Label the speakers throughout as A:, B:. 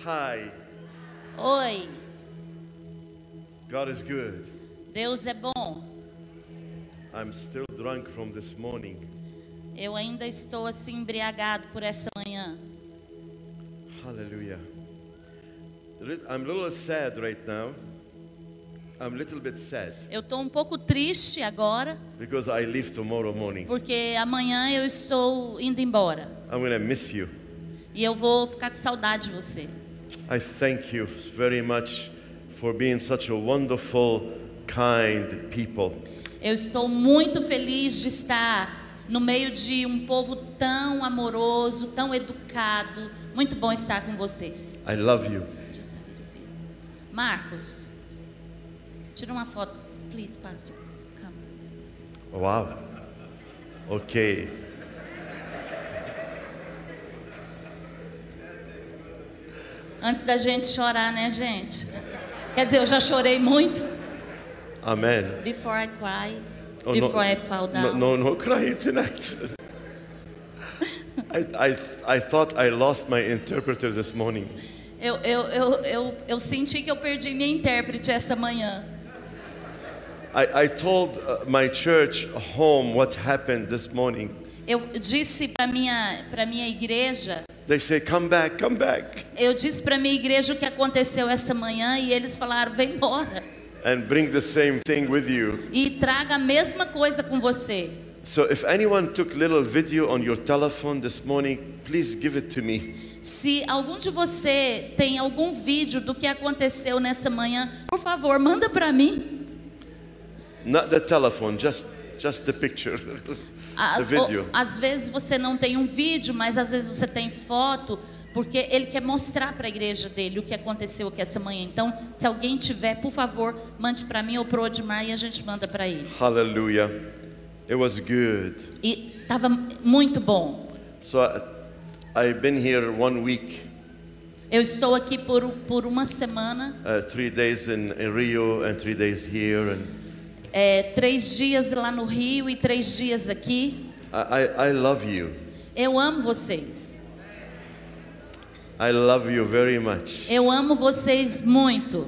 A: Hi,
B: Oi,
A: God is good.
B: Deus é bom.
A: I'm still drunk from this morning.
B: Eu ainda estou assim embriagado por essa manhã.
A: Hallelujah. Re- I'm a little sad right now. I'm a little bit sad
B: Eu estou um pouco triste agora,
A: because I leave tomorrow morning.
B: porque amanhã eu estou indo embora.
A: I'm going to miss you.
B: E eu vou ficar com saudade de você.
A: I thank you very much for being such a wonderful, kind people.
B: Eu estou muito feliz de estar no meio de um povo tão amoroso, tão educado. Muito bom estar com você.
A: I love you.
B: Marcos, tira uma foto, please, pastor. Come.
A: Wow. Okay.
B: Antes da gente chorar, né, gente? Quer dizer, eu já chorei muito.
A: Amen.
B: Before I cry,
A: Oh,
B: before I fall down.
A: No, no, no crying tonight. I, I, I thought I lost my interpreter this morning.
B: Eu, eu, eu, eu, eu senti que eu perdi minha intérprete essa manhã.
A: I, I told uh, my church home what happened this morning.
B: Eu disse para minha para minha igreja,
A: They say, come back, come back,
B: eu disse para minha igreja o que aconteceu essa manhã e eles falaram: "Vem embora
A: and bring the same thing with you.
B: e traga a mesma coisa com você".
A: So if anyone took little video on your telephone this morning, please give it to me.
B: Se algum de você tem algum vídeo do que aconteceu nessa manhã, por favor, manda para mim.
A: Not the telephone, just, just the picture,
B: A-
A: the video.
B: ou- às vezes você não tem um vídeo, mas às vezes você tem foto, porque ele quer mostrar para a igreja dele o que aconteceu aqui essa manhã. Então, se alguém tiver, por favor, mande para mim ou para o Odmar e a gente manda para ele.
A: Hallelujah. It was good.
B: E estava muito bom.
A: So uh, I've been here one week,
B: Eu estou aqui por, um- por uma semana,
A: uh, three days in, in Rio and three days here, and
B: é, três dias lá no Rio e três dias aqui.
A: I, I, I love you.
B: Eu amo vocês.
A: I love you very much.
B: Eu amo vocês muito.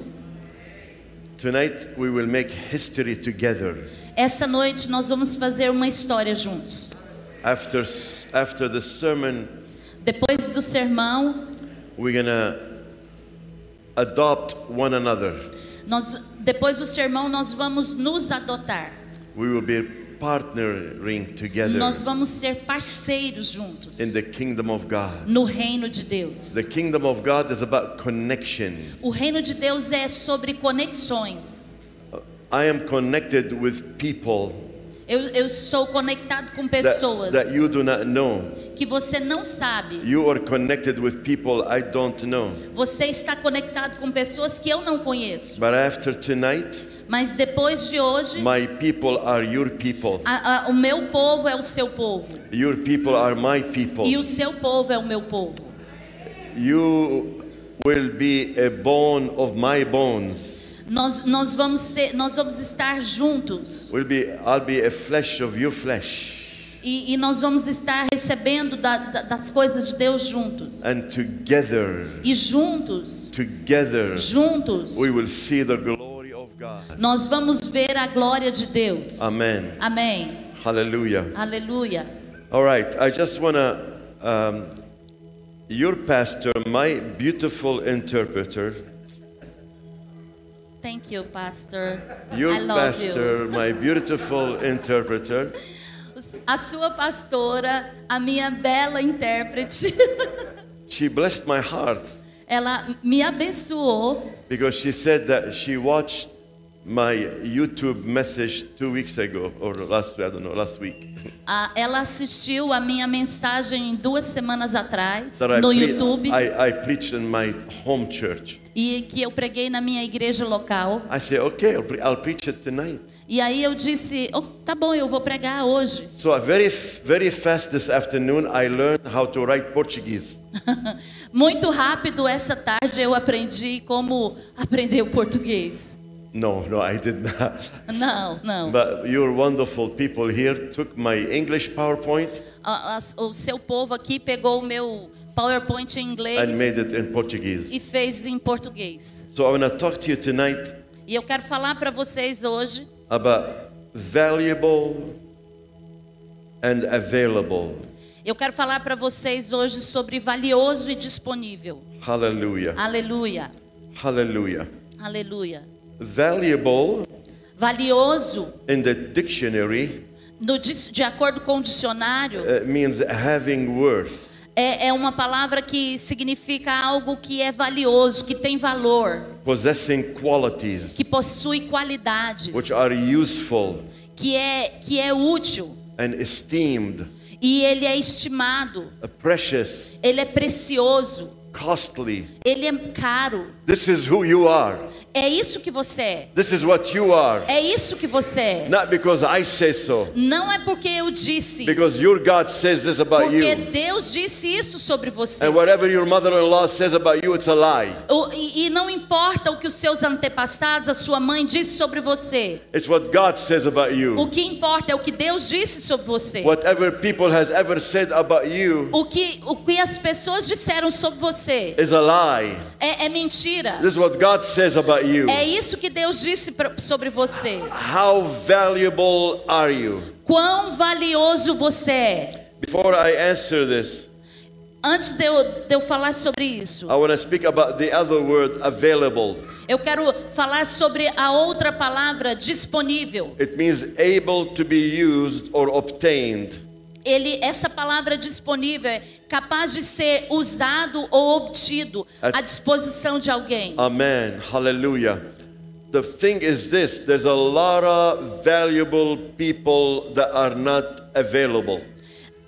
A: Tonight we will make history together.
B: Essa noite nós vamos fazer uma história juntos.
A: After s- after the sermon,
B: Depois do sermão,
A: we're gonna adopt one another.
B: nós depois do sermão nós vamos nos adotar.
A: We will be partnering together
B: Nós vamos ser parceiros juntos
A: in the kingdom of God.
B: no reino de Deus.
A: The kingdom of God is about connection.
B: O reino de Deus é sobre conexões.
A: I am connected with people
B: Eu, eu sou conectado com
A: that,
B: pessoas
A: that you do not know.
B: que você não sabe.
A: You are connected with people I don't know.
B: Você está conectado com pessoas que eu não conheço.
A: But after tonight,
B: Mas depois de hoje,
A: my people are your people.
B: a- a- o meu povo é o seu povo.
A: Your people are my people.
B: E o seu povo é o meu povo.
A: You will be a bone of my bones.
B: Nós, nós, vamos ser, nós vamos estar juntos
A: Will be I'll be a flesh of your flesh.
B: e, e nós vamos estar recebendo da- da- das coisas de Deus juntos.
A: And together,
B: E juntos,
A: together
B: juntos,
A: we will see the glory of God.
B: nós vamos ver a glória de Deus.
A: Amen.
B: Amém.
A: Hallelujah.
B: Aleluia.
A: All right, I just want to, um, your pastor, my beautiful interpreter,
B: Thank you, pastor.
A: your
B: I love
A: pastor, my beautiful interpreter,
B: you. A sua pastora, a minha bela intérprete,
A: she blessed my heart
B: ela me abençoou
A: because she said that she watched my YouTube message two weeks ago or last I don't know last week
B: Ah, ela assistiu a minha mensagem duas semanas atrás
A: that I,
B: no
A: pre-
B: YouTube
A: I, I preached in my home church.
B: e que eu preguei na minha igreja local.
A: I said, okay, I'll, pre- I'll preach it tonight.
B: E aí eu disse, "Oh, tá bom, eu vou pregar hoje.
A: So I very f- very fast this afternoon, I learned how to write Portuguese.
B: Muito rápido essa tarde eu aprendi como aprender o português.
A: No, no, I did not.
B: Não, não.
A: But your wonderful people here took my English PowerPoint
B: A- as- o seu povo aqui pegou o meu PowerPoint em
A: and
B: inglês
A: made it in Portuguese.
B: e fez em português.
A: So I want to talk to you tonight
B: E eu quero falar para vocês hoje
A: about valuable and available.
B: Eu quero falar para vocês hoje sobre valioso e disponível.
A: Hallelujah.
B: Aleluia.
A: Hallelujah.
B: Aleluia.
A: Valuable
B: Valioso
A: in the dictionary
B: no dis- de acordo com o dicionário
A: uh, means having worth.
B: é, é uma palavra que significa algo que é valioso, que tem valor,
A: possessing qualities
B: que possui qualidades,
A: which are useful
B: que é que é útil
A: and esteemed, uh,
B: e ele é estimado,
A: precious,
B: ele é precioso,
A: costly.
B: ele é caro.
A: This is who you are.
B: É isso que você é.
A: This is what you are.
B: É isso que você é.
A: Not because I say so,
B: Não é porque eu disse. isso.
A: because your God says this about
B: Porque
A: you.
B: Deus disse isso sobre você.
A: And whatever your mother in law says about you, it's a lie.
B: O- e, e não importa o que os seus antepassados, a sua mãe disse sobre você.
A: It's what God says about
B: O
A: you.
B: que importa é o que Deus disse sobre você.
A: Whatever people has ever said about you
B: O que, o que as pessoas disseram sobre você
A: is a lie.
B: é, é mentira.
A: This is what God says about you.
B: É isso que Deus disse pra- sobre você.
A: How valuable are you?
B: Quão valioso você é.
A: Before I answer this,
B: Antes de eu, de eu falar sobre isso,
A: I want to speak about the other word, available.
B: eu quero falar sobre a outra palavra, disponível.
A: It means able to be used or obtained.
B: Ele, essa palavra disponível é capaz de ser usado ou obtido
A: A-
B: à disposição de alguém.
A: Amen. Hallelujah. The thing is this there's a lot of valuable people that are not available.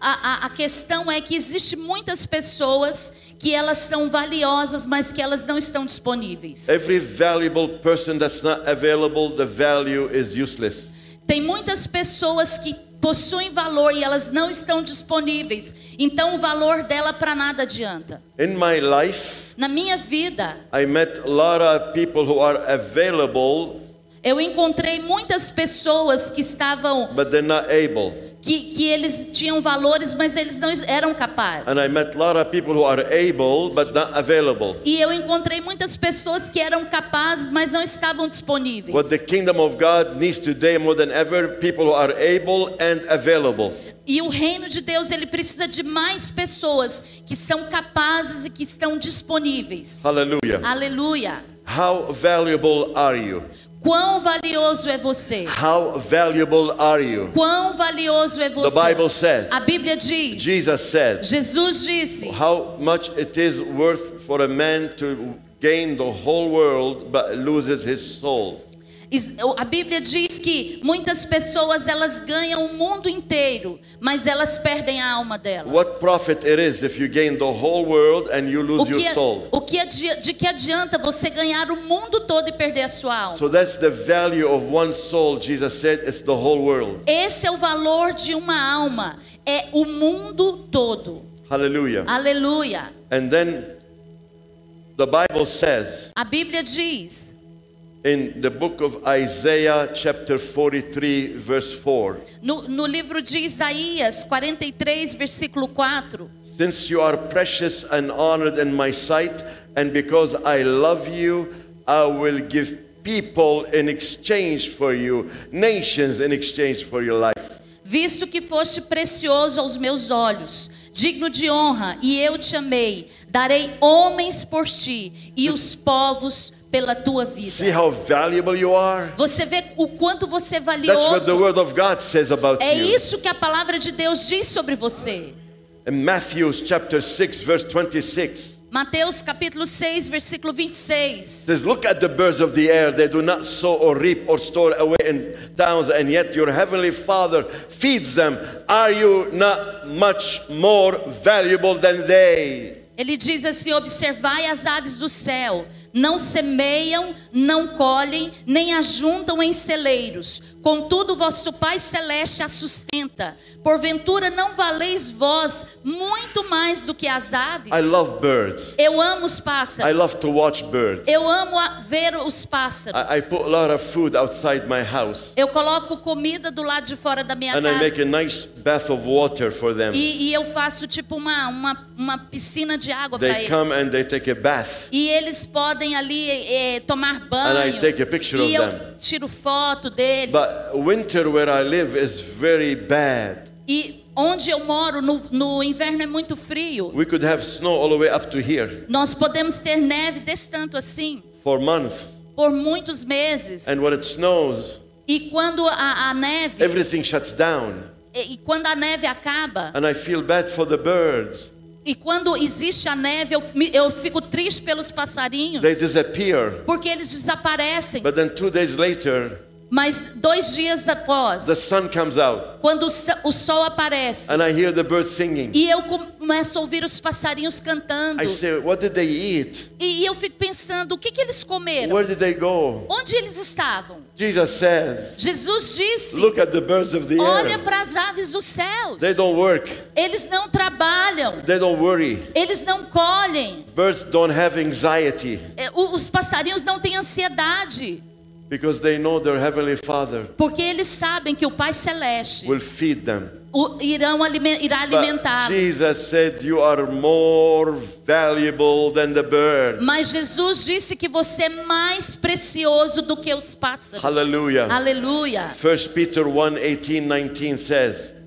B: A, a, a questão é que existe muitas pessoas que elas são valiosas, mas que elas não estão disponíveis.
A: Every valuable person that's not available, the value is useless.
B: Tem muitas pessoas que possuem valor e elas não estão disponíveis. Então o valor dela para nada adianta.
A: In my life,
B: Na minha vida,
A: I met a lot of people who are available,
B: eu encontrei muitas pessoas que estavam
A: but they're not able.
B: que, que eles tinham valores, mas eles não eram capazes.
A: And I met a lot of people who are able, but not available.
B: E eu encontrei muitas pessoas que eram capazes, mas não estavam disponíveis.
A: What the kingdom of God needs today more than ever, people who are able and available.
B: E o reino de Deus, ele precisa de mais pessoas que são capazes e que estão disponíveis.
A: Hallelujah.
B: Aleluia.
A: How valuable are you?
B: Quão valioso é você?
A: How valuable are you?
B: Quão valioso é
A: The
B: você?
A: Bible says,
B: A Bíblia diz.
A: Jesus said,
B: Jesus disse
A: how much it is worth for a man to gain the whole world but loses his soul.
B: Is- A Bíblia diz que muitas pessoas elas ganham o mundo inteiro, mas elas perdem a alma dela.
A: What profit it is if you gain the whole world and you
B: O
A: lose
B: que, é,
A: your soul?
B: o que adi- de que adianta você ganhar o mundo todo e perder a sua alma?
A: So that's the value of one soul. Jesus said, it's the whole world.
B: Esse é o valor de uma alma, é o mundo todo.
A: Hallelujah.
B: Aleluia.
A: And then the Bible says
B: A Bíblia diz
A: in the book of Isaiah, chapter 43, verse 4
B: no, no livro de Isaías 43, versículo 4:
A: Since you are precious and honored in my sight, and because I love you, I will give people in exchange for you, nations in exchange for your life.
B: Visto que foste precioso aos meus olhos, digno de honra, e eu te amei, darei homens por ti e os povos pela tua
A: See
B: vida.
A: how valuable you are?
B: Você vê o quanto você é
A: That's what the
B: valioso.
A: word of God says about
B: É
A: you.
B: isso que a palavra de Deus diz sobre você.
A: In Matthew chapter 6, verse 26.
B: Mateus capítulo 6, versículo 26.
A: says, Look at the birds of the air. They do not sow or reap or store away in towns, and yet your heavenly Father feeds them. Are you not much more valuable than they?
B: Ele diz assim: Observai as aves do céu. Não semeiam, não colhem, nem ajuntam em celeiros. Contudo, vosso Pai Celeste as sustenta. Porventura, não valeis vós muito mais do que as aves?
A: I love birds.
B: Eu amo os
A: I
B: pássaros.
A: love to watch birds.
B: Eu amo a- ver os pássaros.
A: I, I put a lot of food outside my house,
B: Eu coloco comida do lado de fora da minha
A: and I
B: casa.
A: make a nice bath of water for them.
B: E, e eu faço tipo uma, uma uma piscina de água para
A: They
B: ele.
A: come and they take a bath.
B: E eles podem ali eh, tomar
A: And
B: banho.
A: I take a picture
B: e
A: of
B: eu
A: them.
B: tiro foto deles.
A: But winter where I live is very bad.
B: E onde eu moro, no, no inverno é muito frio.
A: We could have snow all the way up to here
B: Nós podemos ter neve desse tanto assim,
A: for months.
B: por muitos meses.
A: And when it snows,
B: E quando a, a neve, eh,
A: everything shuts down.
B: e e quando a neve acaba,
A: And I feel bad for the birds.
B: e quando existe a neve, eu, me- eu fico triste pelos passarinhos,
A: They disappear.
B: porque eles desaparecem.
A: But then two days later,
B: Mas dois dias após,
A: the sun comes out.
B: quando o so- o sol aparece,
A: And I hear the birds singing.
B: E eu começo a ouvir os passarinhos cantando.
A: I say, What did they eat?
B: E eu fico pensando, o que, que eles comeram?
A: Where did they go?
B: Onde eles estavam?
A: Jesus says,
B: Jesus disse,
A: Look at the birds of the
B: olha
A: air.
B: para as aves dos céus.
A: They don't work,
B: Eles não trabalham,
A: they don't worry.
B: eles não colhem.
A: Birds don't have anxiety
B: É, o- Os passarinhos não têm ansiedade,
A: because they know their Heavenly Father
B: porque eles sabem que o Pai Celeste
A: will feed them.
B: o- irão alime- irá
A: But
B: alimentá-los.
A: Jesus said, You are more valuable than the birds.
B: Mas Jesus disse que você é mais precioso do que os pássaros.
A: Hallelujah.
B: Aleluia.
A: 1 Peter 1 18 19 says,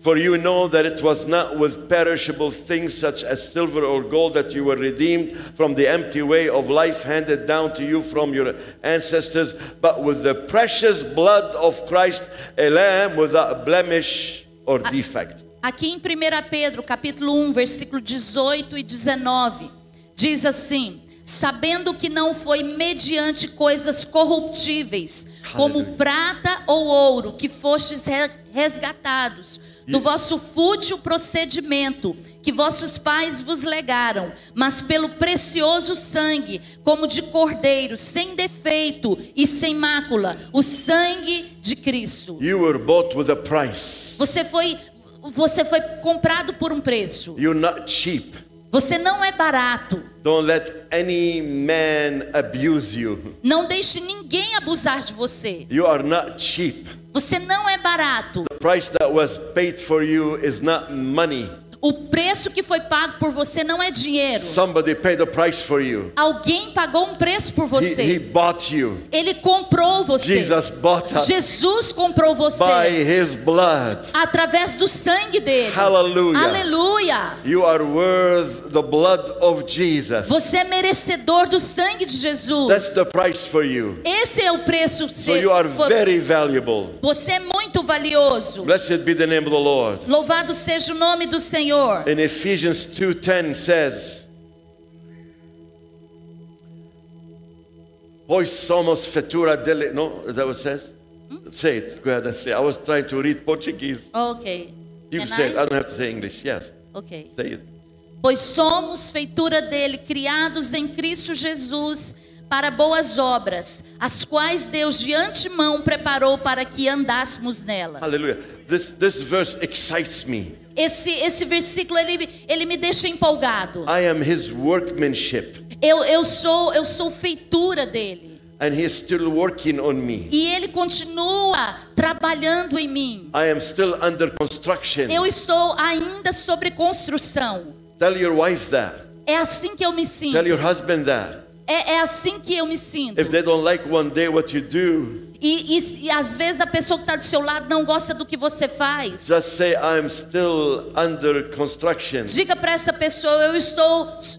A: For you know that it was not with perishable things such as silver or gold that you were redeemed from the empty way of life handed down to you from your ancestors, but with the precious blood of Christ, a lamb without blemish or defect.
B: Aqui em 1 Pedro, capítulo 1, versículo 18 e 19, diz assim: Sabendo que não foi mediante coisas corruptíveis,
A: Aleluia.
B: como prata ou ouro, que fostes re- resgatados do vosso fútil procedimento que vossos pais vos legaram, mas pelo precioso sangue, como de cordeiro, sem defeito e sem mácula, o sangue de Cristo.
A: You were bought with a price.
B: Você foi você foi comprado por um preço.
A: You're not cheap.
B: Você não é barato.
A: Don't let any man abuse you.
B: Não deixe ninguém abusar de você.
A: You are not cheap.
B: Você não é barato.
A: The price that was paid for you is not money.
B: O preço que foi pago por você não é dinheiro.
A: Somebody paid a price for you.
B: Alguém pagou um preço por
A: He, he
B: você.
A: bought you.
B: Ele comprou você.
A: Jesus bought us
B: Jesus comprou
A: by
B: você
A: his blood.
B: através do sangue dele.
A: Hallelujah.
B: Aleluia.
A: You are worth the blood of Jesus.
B: Você é merecedor do sangue de Jesus.
A: That's the price for you.
B: Esse é o preço
A: So you are very valuable.
B: Você é muito valioso.
A: Blessed be the name of the Lord.
B: Louvado seja o nome do Senhor.
A: In Ephesians 2:10 says, Pois somos fetura dele. No, is that what it says?
B: Hmm?
A: Say it. Go ahead and say it. I was trying to read Portuguese.
B: Ok.
A: You
B: Can
A: say it.
B: I?
A: I don't have to say English. Yes.
B: Ok.
A: Say it.
B: Pois somos feitura dele, criados em Cristo Jesus para boas obras, as quais Deus de antemão preparou para que andássemos nelas.
A: Hallelujah. This, this verse excites me.
B: Esse esse versículo ele, ele me deixa empolgado.
A: I am his workmanship,
B: Eu, eu sou eu sou feitura dele
A: and he is still working on me.
B: e ele continua trabalhando em mim.
A: I am still under construction.
B: Eu estou ainda sobre construção.
A: Tell your wife that.
B: É assim que eu me sinto.
A: Tell your husband that.
B: É, é assim que eu me sinto.
A: If they don't like one day what you do,
B: E, e- e às vezes a pessoa que está do seu lado não gosta do que você faz.
A: just say, I'm still under construction.
B: Diga para essa pessoa: eu estou s-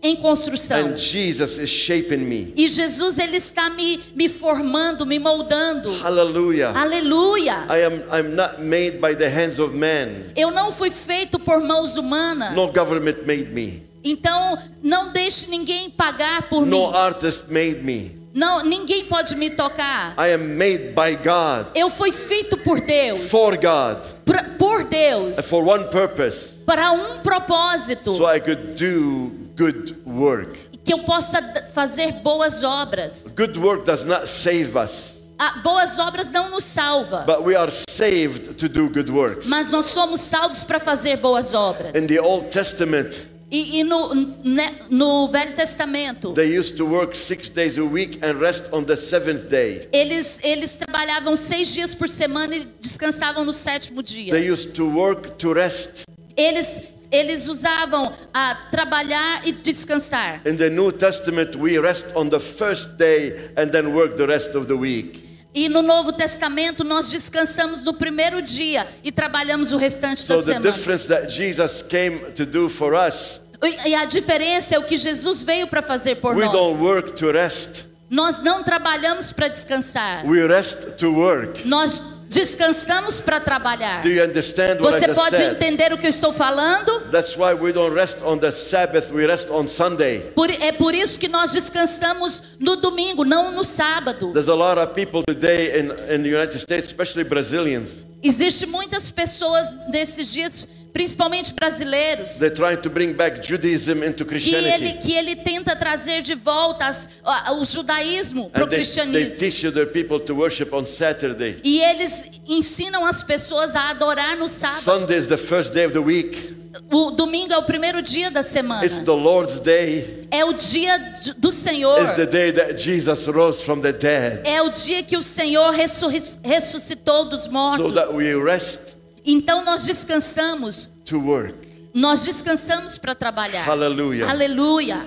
B: em construção.
A: And Jesus is shaping me.
B: E Jesus ele está me, me formando, me moldando.
A: Hallelujah.
B: Aleluia!
A: I am I'm not made by the hands of man.
B: Eu não fui feito por mãos humanas.
A: No government made me.
B: Então não deixe ninguém pagar por
A: No
B: mim.
A: artist made me.
B: Não, ninguém pode me tocar.
A: I am made by God.
B: Eu fui feito por Deus,
A: For God.
B: pra- por Deus,
A: for one purpose
B: para um propósito.
A: so I could do good work.
B: que eu possa d- fazer boas obras.
A: Good work does not save us,
B: Ah, boas obras não nos salva,
A: but we are saved to do good works.
B: mas nós somos salvos para fazer boas obras.
A: In the Old Testament,
B: E, e no, né, no Velho Testamento,
A: they used to work six days a week and rest on the seventh day.
B: eles, eles trabalhavam seis dias por semana e descansavam no sétimo dia.
A: They used to work to rest.
B: Eles eles usavam a trabalhar e descansar.
A: In the New Testament, we rest on the first day and then work the rest of the week.
B: E no Novo Testamento nós descansamos no primeiro dia e trabalhamos o restante da
A: So the
B: semana.
A: difference that Jesus came to do for us,
B: E- E a diferença é o que Jesus veio para fazer por
A: we
B: nós.
A: don't work to rest.
B: Nós não trabalhamos para descansar.
A: We rest to work.
B: Nós descansamos para trabalhar.
A: Do you understand what I
B: Você
A: just
B: pode
A: said?
B: entender o que eu estou falando?
A: That's why we don't rest on the Sabbath, we rest on Sunday.
B: Por- é por isso que nós descansamos no domingo, não no sábado.
A: There's a lot of people today in, in the United States, especially Brazilians,
B: Existem muitas pessoas nesses dias, principalmente brasileiros,
A: they're trying to bring back Judaism into
B: que ele,
A: Christianity.
B: que ele tenta trazer de volta as- a- o judaísmo para o
A: And they, they
B: cristianismo.
A: teach you their people to worship on Saturday.
B: E eles ensinam as pessoas a adorar no sábado.
A: Sunday is the first day of the week.
B: O domingo é o primeiro dia da semana.
A: It's the Lord's day.
B: É o dia de- do Senhor.
A: It's the day that Jesus rose from the dead.
B: É o dia que o Senhor ressurri- ressuscitou dos
A: So
B: mortos.
A: that we rest
B: Então nós descansamos.
A: to work.
B: Nós descansamos para trabalhar.
A: Hallelujah.
B: Aleluia.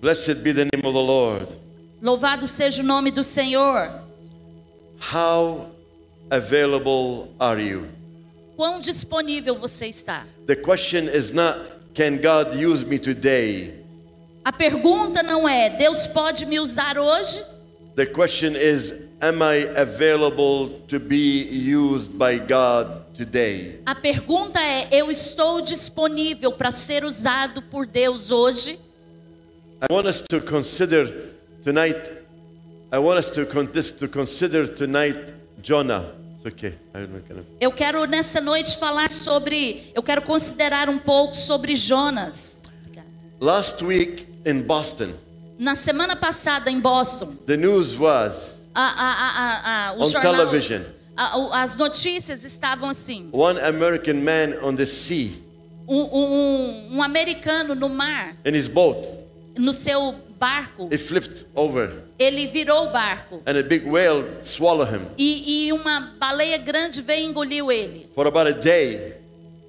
A: Blessed be the name of the Lord.
B: Louvado seja o nome do Senhor.
A: How available are you?
B: Quão disponível você está?
A: The question is not, can God use me today?
B: A pergunta não é: Deus pode me usar hoje?
A: The question is, am I available to be used by God today?
B: A pergunta é: eu estou disponível para ser usado por Deus hoje?
A: I want us to consider tonight, I want us to, con- this, to consider tonight Jonah. It's okay. I'm not gonna-
B: Eu quero nessa noite falar sobre, eu quero considerar um pouco sobre Jonas. Obrigada.
A: Last week in Boston,
B: Na semana passada em Boston,
A: the news was
B: a, a, a, a, a, o
A: On
B: jornal,
A: television.
B: a- o- as notícias estavam assim:
A: one American man on the sea
B: um, um- um- um americano no mar,
A: in his boat.
B: no seu barco,
A: He flipped over
B: ele virou o barco
A: and a big whale swallowed him
B: e, e uma baleia grande veio e engoliu ele
A: for about a day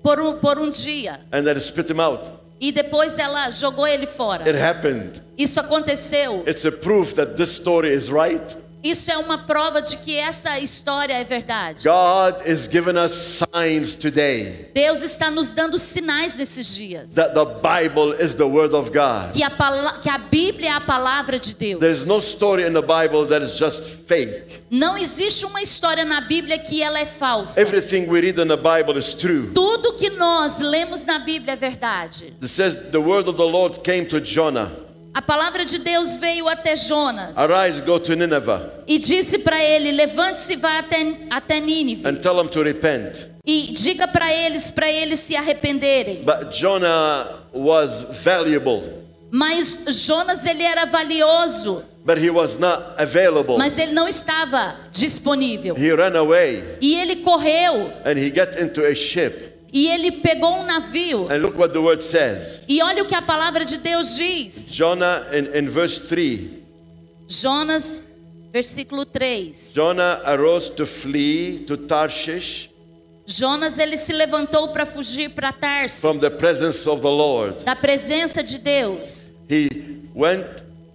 B: por um, por um dia.
A: and then spit him out.
B: E depois ela jogou ele
A: It
B: fora.
A: happened.
B: Isso aconteceu.
A: It's a proof that this story is right.
B: Isso é uma prova de que essa história é verdade.
A: God is giving us signs today
B: Deus está nos dando sinais nesses dias.
A: that the Bible is the Word of God.
B: Que a, pala- que a Bíblia é a palavra de Deus.
A: There's no story in the Bible that is just fake.
B: Não existe uma história na Bíblia que ela é falsa.
A: Everything we read in the Bible is true.
B: Tudo que nós lemos na Bíblia é verdade.
A: It says the word of the Lord came to Jonah.
B: A palavra de Deus veio até Jonas
A: Arise, go to Nineveh
B: e disse para ele: Levante-se e vá até, até Nínive
A: and tell them to repent.
B: e diga para eles para eles se arrependerem.
A: But Jonah was valuable,
B: Mas Jonas ele era valioso,
A: but he was not available.
B: mas ele não estava disponível.
A: He ran away
B: E ele correu
A: and he got into a ship.
B: e ele pegou um navio.
A: And look what the word says.
B: E olha o que a palavra de Deus diz.
A: Jonah in, in verse 3
B: Jonas, versículo 3.
A: Jonah arose to flee to Tarshish
B: Jonas ele se levantou para fugir para
A: from the
B: Tarsis,
A: presence of the Lord.
B: da presença de Deus.
A: He went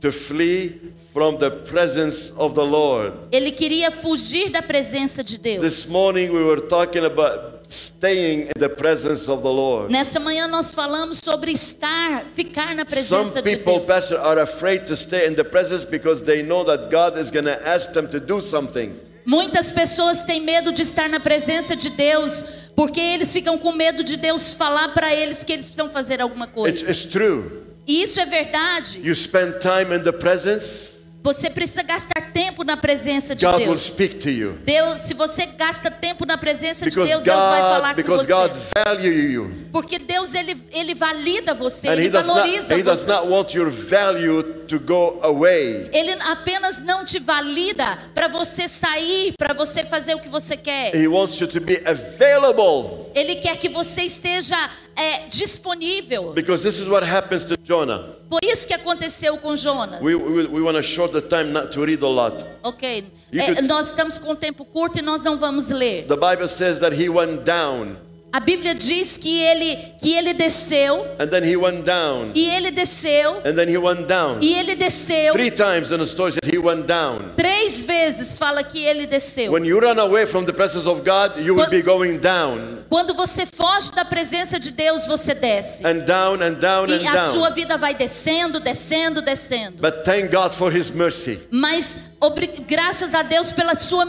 A: to flee from the presence of the Lord.
B: Ele queria fugir da presença de Deus.
A: This morning we were talking about staying in the presence of the Lord.
B: Nessa manhã nós falamos sobre estar, ficar na presença
A: Some
B: de
A: people,
B: Deus.
A: Pastor, are afraid to stay in the presence because they know that God is going to ask them to do something.
B: Muitas pessoas têm medo de estar na presença de Deus, porque eles ficam com medo de Deus falar para eles que eles precisam fazer alguma
A: It's,
B: coisa.
A: it's true.
B: E isso é verdade.
A: You spend time in the presence,
B: Você precisa gastar tempo na presença de
A: God will
B: Deus.
A: speak to you.
B: Deus, se você gasta tempo na presença de
A: Because
B: Deus, Deus vai falar
A: God,
B: com
A: because God
B: você.
A: value you.
B: Porque Deus ele ele valida você,
A: And he
B: ele
A: does, not,
B: valoriza
A: he does
B: você.
A: not want your value to go away.
B: Ele apenas não te valida para você sair, para você fazer o que você quer.
A: He wants you to be available
B: Ele quer que você esteja é, disponível.
A: because this is what happens to Jonah.
B: Foi isso que aconteceu com Jonas.
A: We, we, we want to short the time not to read a lot.
B: ok.
A: You
B: É,
A: could-
B: Nós estamos com um tempo curto e nós não vamos ler.
A: The Bible says that he went down
B: A Bíblia diz que ele, que ele desceu,
A: and then he went down,
B: e ele desceu,
A: and then he went down.
B: e ele desceu.
A: Three times in the story says he went down.
B: Três vezes fala que ele desceu.
A: When you run away from the presence of God, you will
B: Quan-
A: be going down
B: Quando você foge da presença de Deus, você desce.
A: and down and down and
B: E a sua
A: down.
B: vida vai descendo, descendo, descendo.
A: But thank God for His mercy.
B: Mas obri- graças a Deus pela sua
A: Thank God for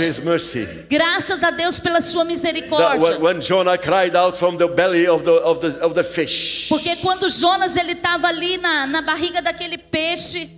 B: misericórdia.
A: His mercy.
B: Graças a Deus pela sua
A: That when,
B: misericórdia.
A: when Jonah cried out from the belly of the of the of the fish,
B: Porque quando Jonas ele estava ali na, na barriga daquele peixe,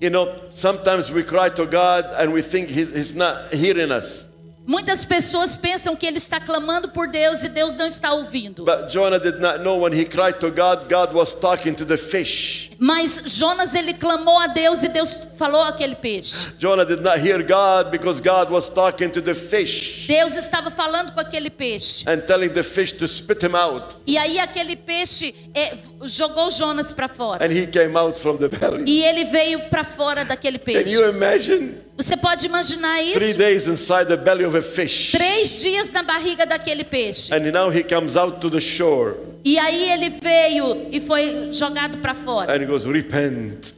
A: you know, sometimes we cry to God and we think he, He's not hearing us.
B: muitas pessoas pensam que ele está clamando por Deus e Deus não está ouvindo.
A: But Jonah did not know when he cried to God, God was talking to the fish.
B: Mas Jonas ele clamou a Deus e Deus falou àquele peixe.
A: Jonah did not hear God because God was talking to the fish
B: Deus estava falando com aquele peixe.
A: and telling the fish to spit him out.
B: E aí aquele peixe é, jogou Jonas para fora.
A: And he came out from the belly.
B: E ele veio para fora daquele
A: Can
B: peixe.
A: you imagine?
B: Você pode imaginar
A: Three
B: isso?
A: days inside the belly of a fish.
B: Três dias na barriga daquele peixe.
A: And now he comes out to the shore
B: E aí ele veio e foi jogado para fora.
A: and he goes, Repent.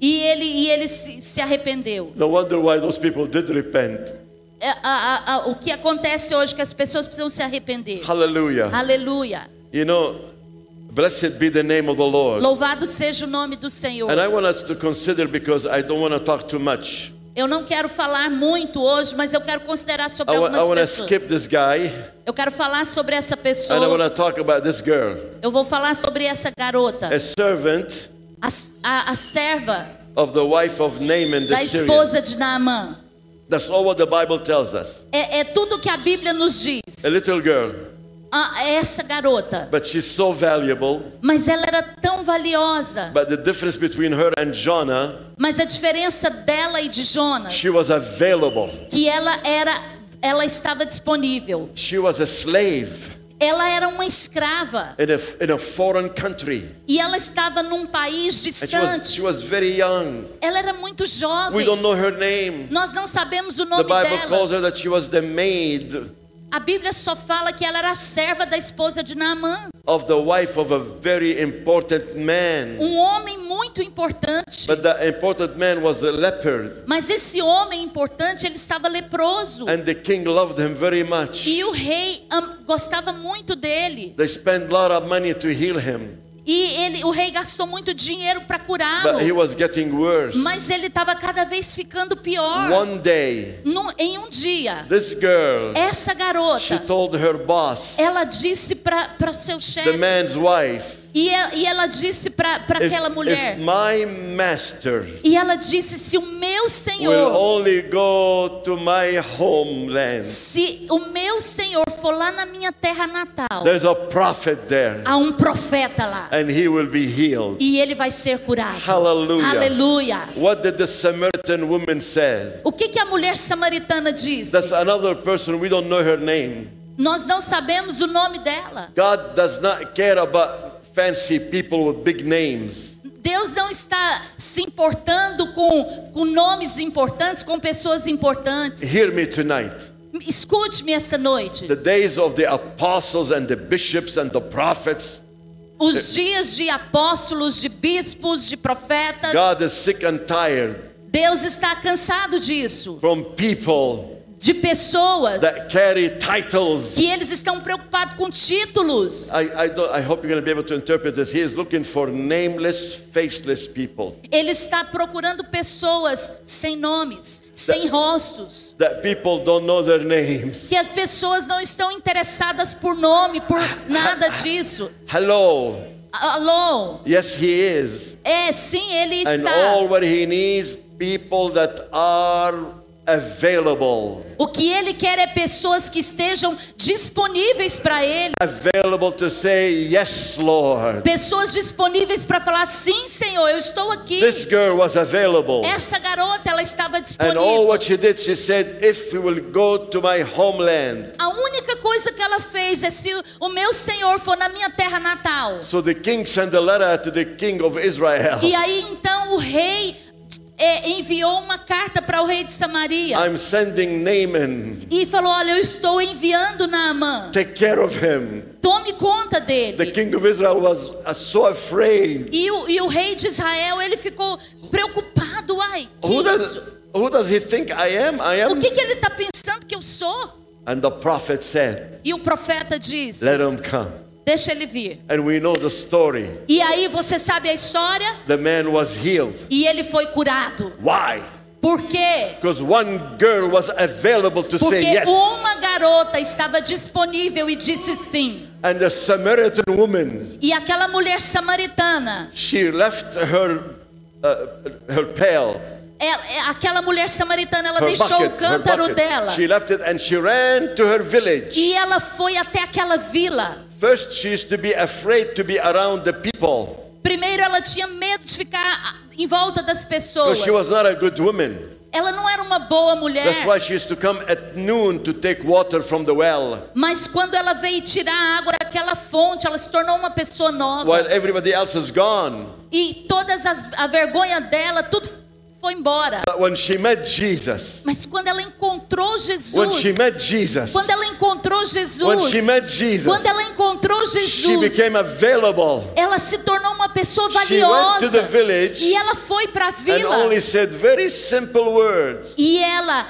B: E ele, e ele se, se arrependeu.
A: no wonder why those people did repent.
B: É, a- a- a- o que acontece hoje é que as pessoas precisam se arrepender.
A: Hallelujah.
B: Aleluia.
A: You know, blessed be the name of the Lord.
B: Louvado seja o nome do Senhor.
A: And I want us to consider because I don't want to talk too much.
B: Eu não quero falar muito hoje, mas eu quero considerar sobre
A: I, wa- I
B: algumas
A: want to
B: pessoas.
A: skip this guy
B: Eu quero falar sobre essa
A: and I want
B: pessoa.
A: to talk about this girl.
B: Eu vou falar sobre essa garota,
A: a servant
B: a, a, a serva
A: of the wife of Naaman
B: da
A: the Syrian.
B: esposa de Naamã.
A: That's all what the Bible tells us.
B: É, é tudo que a Bíblia nos diz.
A: A little girl,
B: A, essa garota.
A: but she's so valuable.
B: Mas ela era tão valiosa.
A: But the difference between her and Jonah,
B: Mas a diferença dela e de Jonas,
A: she was available.
B: que ela era ela estava disponível.
A: She was a slave
B: Ela era uma escrava
A: in a, in a foreign country.
B: e ela estava num país
A: And she was,
B: distante.
A: she was very young.
B: Ela era muito
A: We
B: jovem.
A: don't know her name.
B: Nós não sabemos o
A: The
B: nome
A: Bible
B: dela.
A: calls her that she was the maid
B: A Bíblia só fala que ela era a serva da esposa de Naamã,
A: of the wife of a very important man.
B: um homem muito importante.
A: But the important man was a leper,
B: Mas esse homem importante, ele estava leproso.
A: and the king loved him very much.
B: E o rei am- gostava muito dele.
A: They spent a lot of money to heal him,
B: E ele, o rei gastou muito dinheiro para
A: but he
B: curá-lo.
A: was getting worse.
B: Mas ele estava cada vez ficando pior.
A: One day,
B: Num- em um dia,
A: this girl,
B: essa
A: she
B: garota,
A: told her boss,
B: ela disse para o seu
A: the
B: chefe,
A: man's wife,
B: e, e ela disse para
A: if,
B: aquela mulher,
A: if my master
B: e ela disse: se o meu
A: will
B: senhor,
A: only go to my homeland,
B: se o meu senhor for lá na minha terra natal,
A: there's a prophet there,
B: há um profeta lá,
A: and he will be healed.
B: e ele vai ser curado.
A: Hallelujah.
B: Aleluia.
A: What did the Samaritan woman says?
B: O que, que a mulher samaritana disse?
A: That's another person, we don't know her name.
B: Nós não sabemos o nome dela.
A: God does not care about fancy people with big names.
B: Deus não está se importando com, com nomes importantes, com pessoas importantes.
A: Hear me tonight.
B: Escute-me essa noite.
A: The days of the apostles and the bishops and the prophets,
B: Os dias de apóstolos, de bispos, de profetas.
A: God is sick and tired
B: Deus está cansado disso.
A: from people
B: De pessoas
A: that carry titles.
B: que eles estão preocupados com títulos.
A: I, I, don't, I hope you're going to be able to interpret this. He is looking for nameless, faceless people.
B: Ele está procurando pessoas sem nomes, sem rostos.
A: That people don't know their names.
B: Que as pessoas não estão interessadas por nome, por nada disso.
A: Hello.
B: Alô?
A: Yes, he is.
B: É, sim, ele
A: And
B: está.
A: all what he needs, people that are available.
B: O que ele quer é pessoas que estejam disponíveis para ele,
A: Available to say, Yes, Lord.
B: pessoas disponíveis para falar sim, Senhor, eu estou aqui.
A: This girl was available.
B: Essa garota, ela estava
A: And all
B: disponível.
A: what she did, she said, If you will go to my homeland.
B: A única coisa que ela fez é se o meu Senhor for na minha terra natal.
A: So the king sent a letter to the king of Israel.
B: E aí então o rei é, enviou uma carta para o rei de Samaria
A: I'm sending Naaman.
B: e falou: Olha, eu estou enviando Naamã,
A: Take care of him.
B: tome conta
A: The
B: dele.
A: king of Israel was uh, so afraid.
B: E o, e o rei de Israel ele ficou preocupado: Ai, que
A: Who does,
B: isso?
A: who does he think I am? I
B: O
A: am.
B: que, que ele está pensando que eu sou?
A: And the prophet said,
B: E o profeta diz:
A: Let him come.
B: Deixa ele vir.
A: And we know the story.
B: E aí você sabe a história?
A: The man was healed.
B: E ele foi curado.
A: Why?
B: Por quê?
A: Because one girl was available to
B: Porque
A: say yes.
B: uma garota estava disponível e disse sim.
A: And the Samaritan woman,
B: E aquela mulher samaritana,
A: she left her, uh, her pail,
B: ela- é, aquela mulher samaritana, ela
A: her
B: deixou
A: bucket,
B: o
A: her
B: cântaro
A: bucket.
B: dela.
A: She left it and she ran to her village.
B: E ela foi até aquela vila.
A: First, she used to be afraid to be around the people
B: Primeiro, ela tinha medo de ficar ah, em volta das pessoas.
A: because she was not a good woman.
B: Ela não era uma boa
A: That's why
B: mulher.
A: she used to come at noon to take water from the well,
B: Mas quando ela veio tirar a água daquela fonte, ela se tornou uma pessoa nova.
A: while everybody else is gone.
B: E todas as a vergonha dela, tudo foi embora.
A: But when she met Jesus,
B: Mas quando ela encontrou
A: when she
B: Jesus,
A: met Jesus,
B: quando ela encontrou
A: when
B: Jesus,
A: she met Jesus,
B: quando ela encontrou
A: she
B: Jesus,
A: became available
B: ela se tornou uma pessoa
A: She went to the
B: valiosa.
A: village
B: E ela foi para a
A: and
B: vila
A: only said very simple words
B: e ela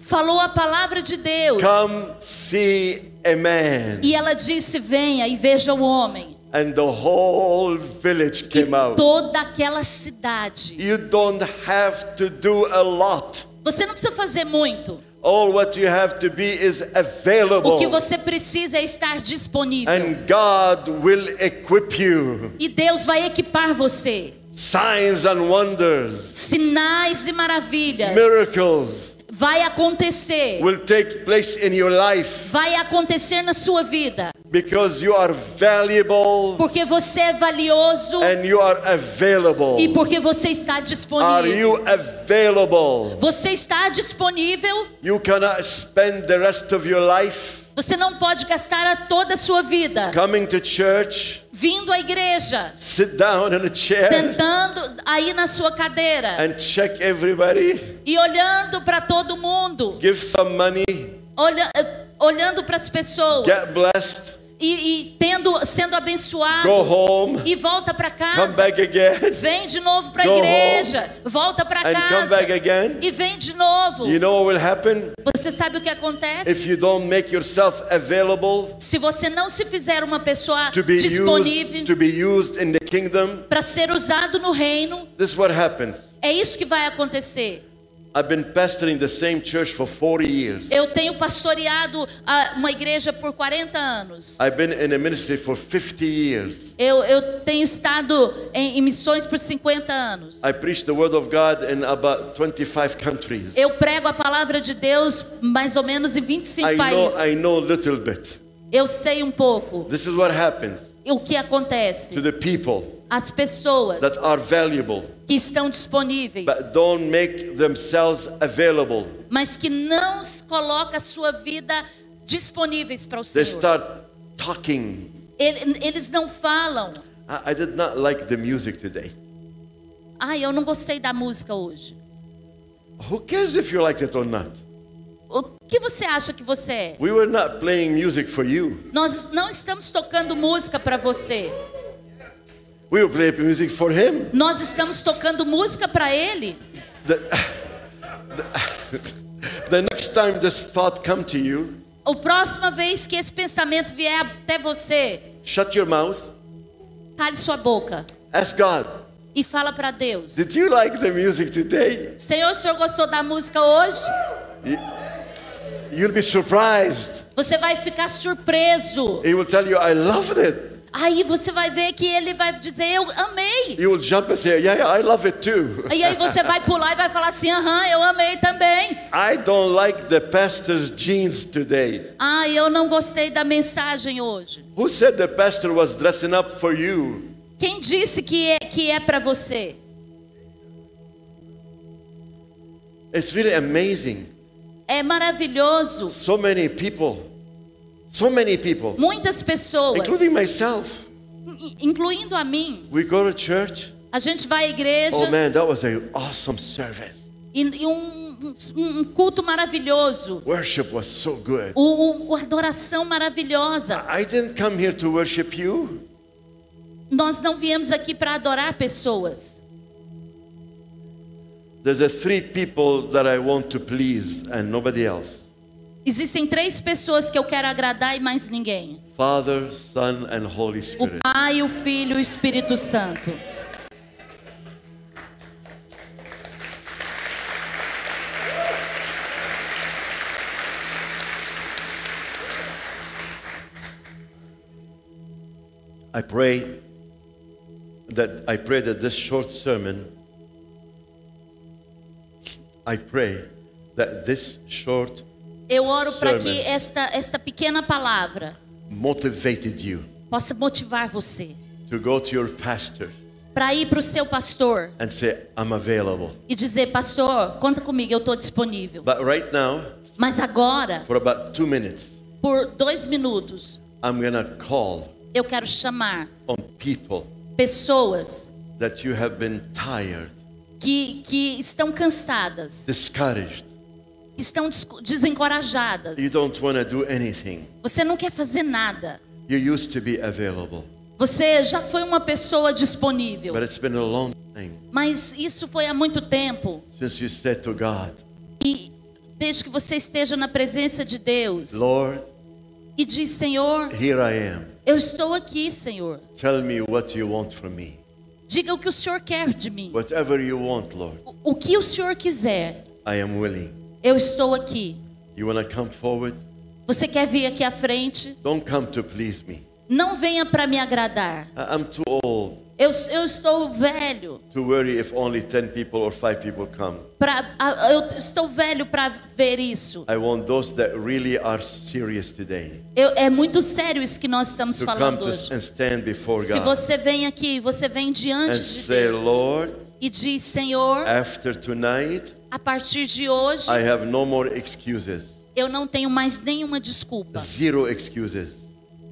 B: falou a palavra de Deus.
A: Come see a man.
B: E ela disse: "Venha e veja o homem".
A: And the whole village
B: E
A: came out.
B: toda aquela cidade.
A: You don't have to do a lot.
B: Você não precisa fazer muito.
A: All what you have to be is
B: O que
A: available.
B: você precisa é estar disponível.
A: And God will equip you.
B: E Deus vai equipar você.
A: Signs and wonders,
B: Sinais e maravilhas
A: miracles
B: vai acontecer.
A: will take place in your life
B: Vai acontecer na sua vida,
A: because you are valuable
B: porque você é valioso
A: and you are available.
B: e porque você está
A: Are
B: disponível.
A: you available?
B: Você está disponível.
A: You cannot spend the rest of your life
B: Você não pode gastar a toda a sua vida
A: coming to church,
B: vindo à igreja,
A: sit down in a chair
B: sentando aí na sua cadeira
A: and check everybody,
B: e olhando para todo mundo,
A: give some money,
B: olha- eh, olhando para as pessoas
A: get blessed,
B: e, e tendo sendo abençoado
A: go home,
B: e volta para
A: come
B: casa.
A: back again.
B: Vem de novo para a
A: Go
B: igreja, volta para
A: and come
B: casa
A: back again.
B: e vem de novo.
A: You know what will happen
B: Você sabe o que acontece?
A: if you don't make yourself available
B: Se você não se fizer uma pessoa
A: to be
B: disponível
A: used to be used in the kingdom?
B: para ser usado no reino,
A: This is what happens.
B: é isso que vai acontecer.
A: I've been pastoring the same church for 40 years.
B: Eu tenho pastoreado ah, uma igreja por 40 anos.
A: I've been in a ministry for 50 years.
B: Eu, eu tenho estado em, em missões por 50 anos.
A: I preach the word of God in about 25 countries.
B: Eu prego a palavra de Deus mais ou menos em
A: I
B: 25
A: know,
B: países.
A: I know a little bit.
B: Eu sei um pouco
A: This is what happens
B: o que acontece.
A: to the people
B: As pessoas
A: that are valuable
B: que estão disponíveis,
A: but don't make themselves available.
B: mas que não s- coloca a sua vida disponíveis para o
A: They
B: Senhor.
A: start talking.
B: Ele- Eles não falam.
A: I, I did not like the music today.
B: Ai, eu não gostei da música hoje.
A: Who cares if you like it or not?
B: O que você acha que você é?
A: We were not playing music for you.
B: Nós não estamos tocando música para você.
A: We were playing music for him.
B: Nós estamos tocando música para ele.
A: The, the, the next time this thought come to you,
B: A próxima vez que esse pensamento vier até você,
A: shut your mouth.
B: cale sua boca
A: Ask God.
B: e fala para Deus.
A: Did you like the music today?
B: Senhor, o senhor gostou da música hoje?
A: You'll be surprised.
B: Você vai ficar surpreso.
A: He will tell you, I loved it.
B: Aí você vai ver que ele vai dizer, eu amei.
A: You will jump and say, Yeah, yeah, I love it too.
B: E aí você vai pular e vai falar assim, aham, eu amei também.
A: I don't like the pastor's jeans today.
B: Ah, eu não gostei da mensagem hoje.
A: Who said the pastor was dressing up for you?
B: Quem disse que é que é para você?
A: It's really amazing.
B: É maravilhoso.
A: So many people, so many people,
B: Muitas pessoas,
A: including myself,
B: in- incluindo a mim,
A: we go to church
B: A gente vai à igreja
A: Oh man, that was an awesome service.
B: e, e um, um culto maravilhoso,
A: Worship was so good.
B: o, o- a adoração maravilhosa.
A: I didn't come here to worship you.
B: Nós não viemos aqui para adorar pessoas.
A: There's a three people that I want to please and nobody else.
B: Existem três pessoas que eu quero agradar e mais ninguém:
A: Father, Son, and Holy
B: o
A: Spirit.
B: Pai, o Filho e o Espírito Santo.
A: I pray that I pray that this short sermon I pray that this short
B: Eu oro para
A: Sermon.
B: que esta, esta pequena palavra
A: motivated you
B: possa motivar você
A: to go to your pastor
B: para ir para o seu pastor
A: and say I'm available.
B: e dizer: Pastor, conta comigo, eu estou disponível.
A: But right now
B: Mas agora,
A: for about 2 minutes
B: por dois minutos,
A: I'm going to call
B: eu quero chamar
A: on people
B: pessoas
A: that you have been tired,
B: que, que estão cansadas,
A: discouraged.
B: que estão desco- desencorajadas.
A: You don't want to do anything.
B: Você não quer fazer nada.
A: You used to be available,
B: Você já foi uma pessoa disponível,
A: but it's been a long time
B: mas isso foi há muito tempo.
A: since you said to God,
B: E desde que você esteja na presença de Deus
A: Lord,
B: e diz: Senhor,
A: Here I am.
B: eu estou aqui, Senhor.
A: Tell me what you want from me.
B: Diga o que o Senhor quer de mim.
A: Whatever you want, Lord,
B: O- O que o Senhor quiser,
A: I am willing.
B: eu estou aqui.
A: You want to come forward?
B: Você quer vir aqui à frente?
A: Don't come to please me.
B: Não venha para me agradar.
A: I- I'm too old
B: Eu, eu estou velho.
A: to worry if only 10 people or 5 people come.
B: Pra, a- a- eu estou velho para ver isso.
A: I want those that really are serious today
B: Eu- é muito sério isso que nós estamos
A: to come
B: falando
A: to
B: hoje.
A: and stand before
B: Se
A: God
B: você vem aqui, você vem
A: and
B: diante de
A: say,
B: Deus
A: Lord,
B: e diz: Senhor,
A: after tonight,
B: a partir de hoje
A: I have no more excuses.
B: eu não tenho mais nenhuma desculpa.
A: Zero excuses.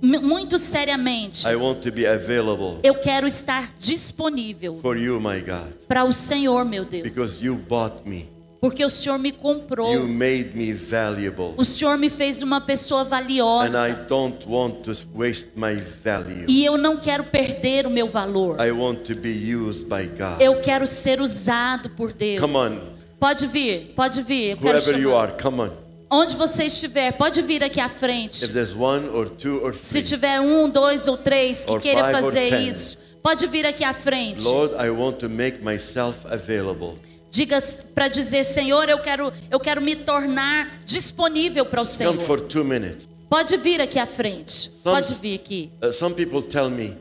B: M- Muito seriamente,
A: I want to be available
B: eu quero estar disponível
A: for you, my God,
B: para o Senhor, meu Deus,
A: because you bought me.
B: porque o Senhor me
A: You
B: comprou.
A: made me valuable.
B: O Senhor me fez uma pessoa
A: And I
B: valiosa
A: don't want to waste my value.
B: e eu não quero perder o meu valor.
A: I want to be used by God.
B: Eu quero ser usado por Deus.
A: Come on,
B: Pode vir, pode vir. Eu quero
A: whoever you
B: chamar.
A: are, come on.
B: Onde você estiver, pode vir aqui à
A: If
B: frente.
A: there's one or two or
B: Se
A: three,
B: tiver um, dois ou três que
A: Or
B: queira
A: five or
B: fazer
A: ten.
B: isso, pode vir aqui à frente.
A: Lord, I want to make myself available.
B: Diga para dizer, Senhor, eu quero, eu quero me tornar disponível para o
A: Come for
B: Senhor.
A: two minutes.
B: Pode vir aqui à frente. Pode vir aqui.
A: Uh, some people tell me,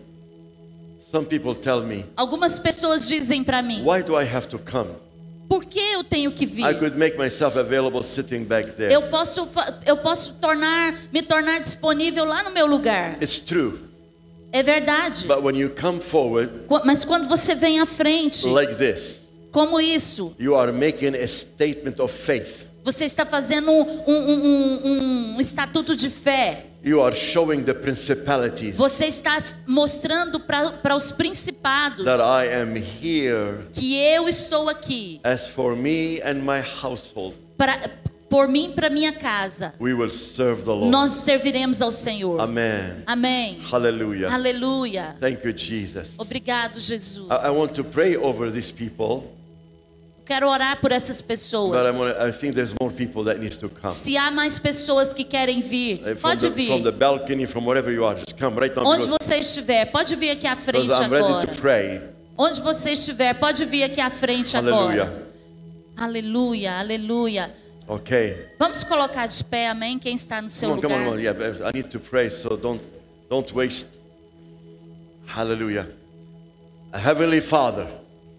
A: some people tell me,
B: Algumas pessoas dizem para mim,
A: why do I have to come?
B: por que eu tenho que vir?
A: I could make myself available sitting back there.
B: Eu posso, fa- eu posso tornar, me tornar disponível lá no meu lugar.
A: It's true.
B: É verdade.
A: But when you come forward
B: Qu- Mas quando você vem à frente,
A: like this,
B: como isso,
A: you are making a statement of faith.
B: você está fazendo um, um- um- um estatuto de fé.
A: You are showing the principalities
B: Você está s- mostrando para os principados
A: that I am here
B: que eu estou aqui
A: as for me and my household.
B: pra, por mim e para minha casa.
A: We will serve the Lord.
B: Nós serviremos ao Senhor.
A: Amen.
B: Amém.
A: Hallelujah.
B: Aleluia.
A: Thank you, Jesus.
B: Obrigado, Jesus.
A: I, I want to pray over these people,
B: Quero orar por essas
A: but I'm
B: pessoas.
A: gonna, I think there's more people that needs to come.
B: Se há mais pessoas que querem
A: Uh,
B: vir,
A: From
B: pode
A: the, from the
B: vir.
A: balcony, from wherever you are, just come right now
B: Onde
A: because,
B: você estiver, pode vir aqui à frente
A: because I'm ready
B: agora.
A: to pray.
B: Onde você estiver, pode vir aqui à frente agora.
A: Hallelujah.
B: Aleluia, aleluia.
A: Okay.
B: Vamos colocar de pé, amém? Quem está no seu
A: Come on, come
B: lugar.
A: on, come on. Yeah, but I need to pray, so don't don't waste. Hallelujah. Heavenly Father,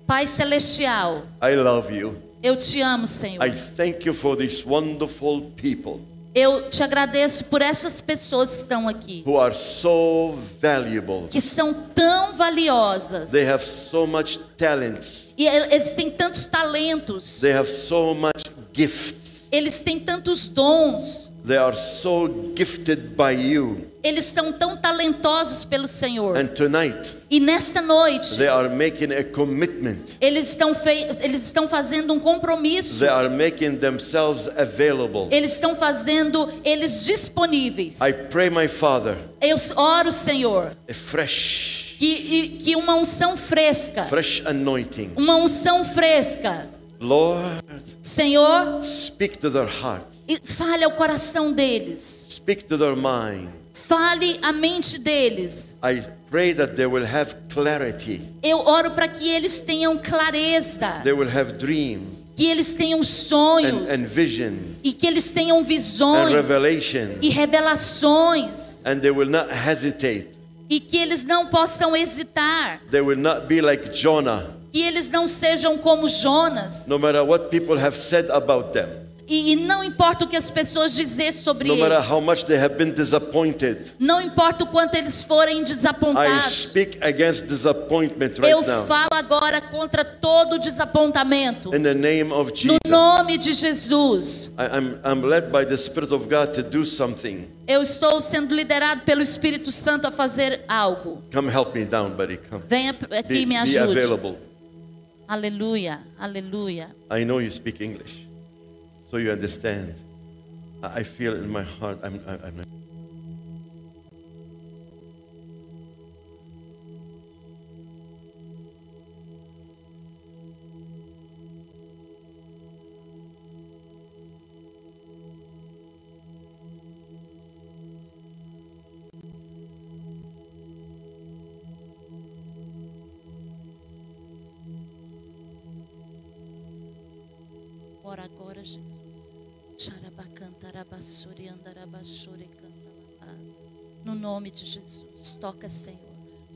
B: Pai Celestial,
A: I love you.
B: eu te amo, Senhor.
A: I thank you for these wonderful people
B: Eu te agradeço por essas pessoas que estão aqui,
A: who are so valuable.
B: que são tão valiosas.
A: They have so much talents.
B: E el- eles têm tantos talentos,
A: They have so much gifts.
B: eles têm tantos dons,
A: They are so gifted by you.
B: Eles são tão talentosos pelo Senhor.
A: And tonight,
B: E nesta noite,
A: they are making a commitment.
B: eles estão, fei- eles estão fazendo um compromisso.
A: They are making themselves available.
B: Eles estão fazendo eles disponíveis.
A: I pray, my Father,
B: Eu oro, Senhor,
A: a fresh,
B: que, e- que uma unção fresca,
A: fresh anointing.
B: uma unção fresca,
A: Lord,
B: Senhor,
A: speak to their heart,
B: e fale ao coração deles,
A: speak to their mind.
B: fale à mente deles.
A: I pray that they will have clarity,
B: Eu oro para que eles tenham clareza,
A: they will have dream
B: que eles tenham
A: and,
B: sonhos
A: and vision
B: e que eles tenham
A: and
B: visões
A: revelation,
B: e revelações
A: and they will not hesitate.
B: e que eles não possam hesitar,
A: They will not be like Jonah,
B: que eles não sejam como Jonas
A: no matter what people have said about them,
B: e, e não importa o que as pessoas dizer sobre
A: no matter
B: eles.
A: how much they have been disappointed.
B: Não importa o quanto eles forem
A: I
B: desapontados.
A: speak against disappointment
B: Eu
A: right now
B: falo agora contra todo o desapontamento.
A: in the name of
B: No
A: Jesus.
B: nome de Jesus.
A: I, am I'm led by the Spirit of God to do something.
B: Eu estou sendo liderado pelo Espírito Santo a fazer algo.
A: Come help me down, buddy. Come.
B: Venha p- aqui
A: Be,
B: e me
A: be
B: ajude.
A: available.
B: Aleluia, aleluia.
A: I know you speak English, so you understand. I I feel in my heart. I'm. I'm I'm-
B: Ora agora, Jesus. Xarabacantarabasuri, andarabashuri, cantarabasa. No nome de Jesus, toca, Senhor.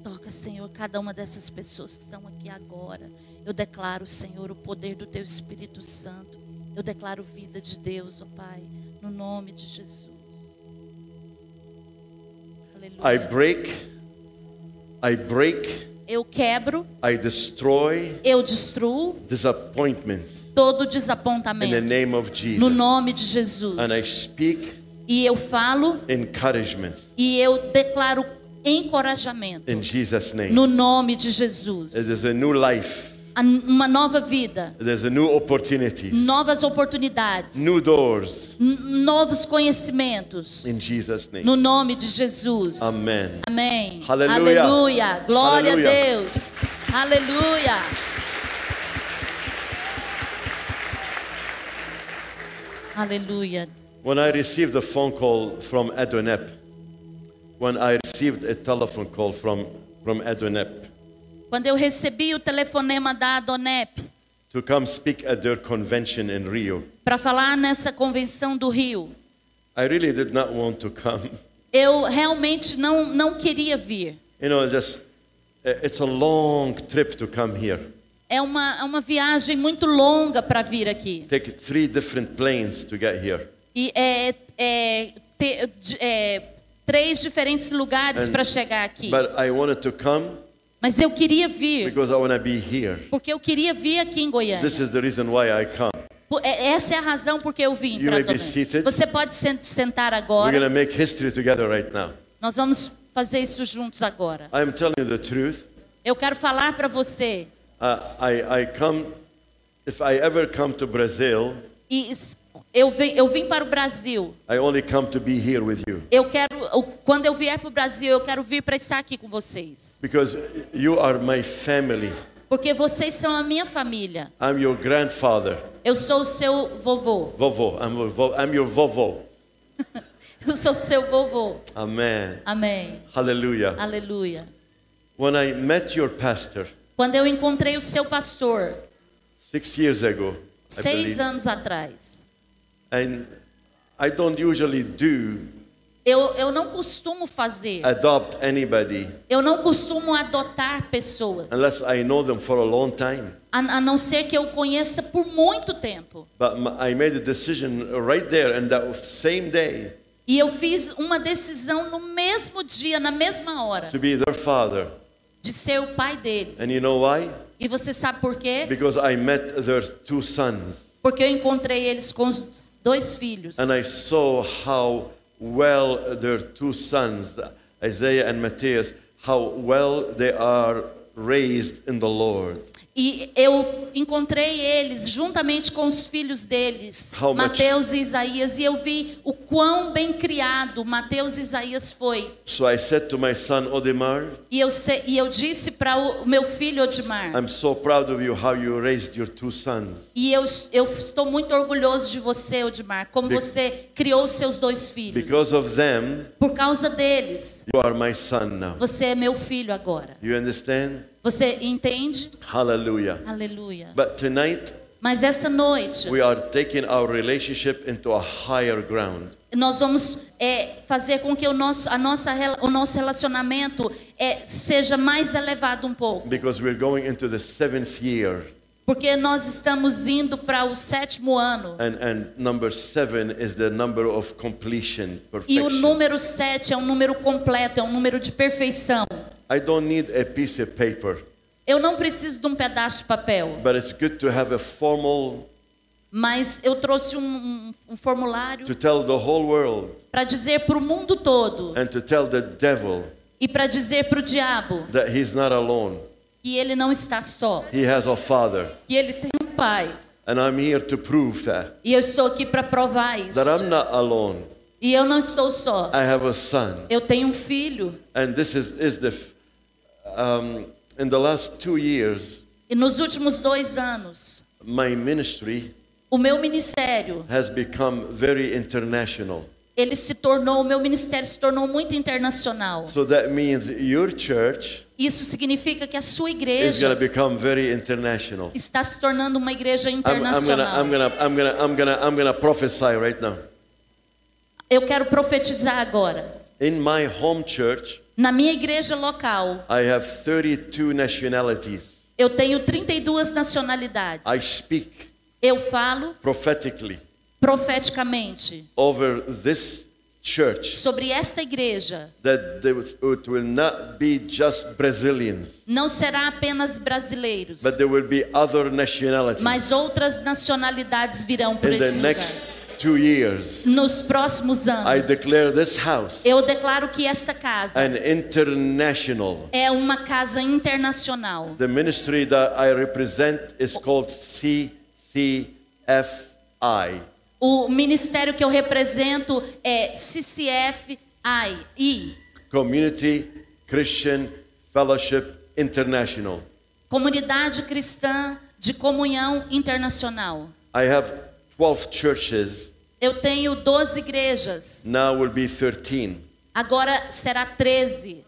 B: Toca, Senhor, cada uma dessas pessoas que estão aqui agora. Eu declaro, Senhor, o poder do Teu Espírito Santo. Eu declaro vida de Deus, ó Pai, no nome de Jesus.
A: I
B: Aleluia.
A: break. I break.
B: Eu quebro,
A: I destroy
B: eu destruo
A: disappointments
B: todo
A: in the
B: desapontamento.
A: name of
B: No
A: Jesus.
B: nome de Jesus.
A: And I speak
B: E eu falo
A: encouragement
B: E eu declaro encorajamento
A: in Jesus' name.
B: no nome de Jesus.
A: It is a new life.
B: A- Uma nova vida,
A: There's a new opportunity,
B: novas oportunidades,
A: new doors
B: n- novos conhecimentos
A: in Jesus' name.
B: no nome de Jesus.
A: Amen.
B: Amém.
A: Aleluia.
B: Aleluia. Glória
A: Aleluia.
B: a Deus. Aleluia. Aleluia.
A: When I received a phone call from Adonep, when I received a telephone call from, from Adonep
B: Quando eu recebi o telefonema da Adonep
A: to come speak at their convention in Rio,
B: para falar nessa convenção do Rio,
A: I really did not want to come.
B: Eu realmente não, não queria vir.
A: You know, just eh, it's a long trip to come here.
B: É uma, é uma viagem muito longa para vir aqui.
A: Take three different planes to get here.
B: E é, é, te- de- é, três diferentes lugares para chegar aqui.
A: But I wanted to come
B: Mas eu queria vir,
A: because I want to be here.
B: porque eu queria vir aqui em Goiânia.
A: This is the reason why I come.
B: Po- é- Essa é a razão porque eu vim
A: You
B: para
A: may be seated.
B: Você pode sen- sentar
A: We're
B: agora.
A: going to make history together right now.
B: Nós vamos fazer isso juntos agora.
A: I'm telling you the truth.
B: Eu quero falar para você.
A: Uh, I, I come, if I ever come to Brazil,
B: E s- eu vim, eu vim para o Brasil.
A: I only come to be here with you.
B: Eu quero, eu- quando eu vier para o Brasil, eu quero vir para estar aqui com vocês.
A: Because you are my family.
B: Porque vocês são a minha família.
A: I'm your grandfather.
B: Eu sou o seu vovô.
A: Vovo. I'm, your vo- I'm your vovo.
B: Eu sou o seu vovô.
A: Amen.
B: Amém.
A: Hallelujah.
B: Aleluia.
A: When I met your pastor
B: Quando eu encontrei o seu pastor,
A: six years ago, I
B: seis
A: believe,
B: anos atrás,
A: and I don't usually do
B: eu, eu não costumo fazer,
A: adopt anybody
B: eu não costumo adotar pessoas,
A: unless I know them for a long time.
B: a, a não ser que eu conheça por muito tempo.
A: But m- I made a decision right there and that same day
B: E eu fiz uma decisão no mesmo dia, na mesma hora,
A: to be their father.
B: de ser o pai deles.
A: And you know why?
B: E você sabe por quê?
A: Because I met their two sons.
B: Porque eu encontrei eles com os dois filhos.
A: And I saw how well their two sons, Isaiah and Matthias, how well they are raised in the Lord.
B: E eu encontrei eles juntamente com os filhos deles,
A: How much-
B: Mateus e Isaías, e eu vi o quão bem criado Mateus e Isaías foi.
A: So I said to my son Odemar,
B: E eu, se- e eu disse para o o meu filho Odmar,
A: I'm so proud of you how you raised your two sons.
B: e eu, eu estou muito orgulhoso de você, Odmar, como
A: Be-
B: você criou os seus dois filhos.
A: Because of them,
B: Por causa deles,
A: you are my son now.
B: você é meu filho agora.
A: You understand?
B: Você entende?
A: Hallelujah.
B: Aleluia.
A: But tonight,
B: Mas essa noite,
A: we are taking our relationship into a higher ground.
B: nós vamos é, fazer com que o nosso, a nossa, rela- o nosso relacionamento é, seja mais elevado um pouco.
A: Because we're going into the seventh year.
B: Porque nós estamos indo para o sétimo ano.
A: And, and number seven is the number of completion,
B: E o
A: perfection.
B: número sete é um número completo, é um número de perfeição.
A: I don't need a piece of paper,
B: Eu não preciso de um pedaço de papel,
A: but it's good to have a formal
B: mas eu trouxe um, um- um formulário
A: to tell the whole world
B: para dizer para o mundo todo
A: and to tell the devil
B: e para dizer para o diabo
A: that he's not alone.
B: que ele não está só,
A: He has a father.
B: que ele tem um pai.
A: And I'm here to prove that,
B: E eu estou aqui para provar isso.
A: that I'm not alone.
B: E eu não estou só.
A: I have a son.
B: Eu tenho um filho.
A: And this is, is the, f- um, in the last two years,
B: E nos últimos dois anos,
A: my ministry
B: o meu ministério,
A: has become very international.
B: ele se tornou, o meu ministério se tornou muito internacional.
A: So that means your church
B: Isso significa que a sua
A: is going to
B: igreja
A: become very international.
B: está se tornando uma igreja
A: I'm, I'm going to
B: internacional.
A: I'm going to I'm going to I'm going to I'm going to prophesy right now.
B: Eu quero profetizar agora.
A: In my home church,
B: Na minha igreja local,
A: I have 32 nationalities.
B: eu tenho 32 nacionalidades.
A: I speak
B: Eu falo
A: prophetically
B: profeticamente
A: over this church
B: sobre esta igreja.
A: that there was- it will not be just Brazilians,
B: Não será apenas brasileiros,
A: but there will be other nationalities
B: mas outras nacionalidades virão por
A: in the
B: esse
A: next
B: lugar.
A: two years.
B: Nos próximos
A: I
B: anos,
A: declare this house
B: eu declaro que esta casa
A: an international.
B: é uma casa internacional.
A: The ministry that I represent is called CCFI.
B: O ministério que eu represento é CCF I,
A: Community Christian Fellowship International.
B: Comunidade Cristã de Comunhão Internacional.
A: I have 12 churches,
B: Eu tenho 12 igrejas,
A: now will be 13.
B: agora será 13,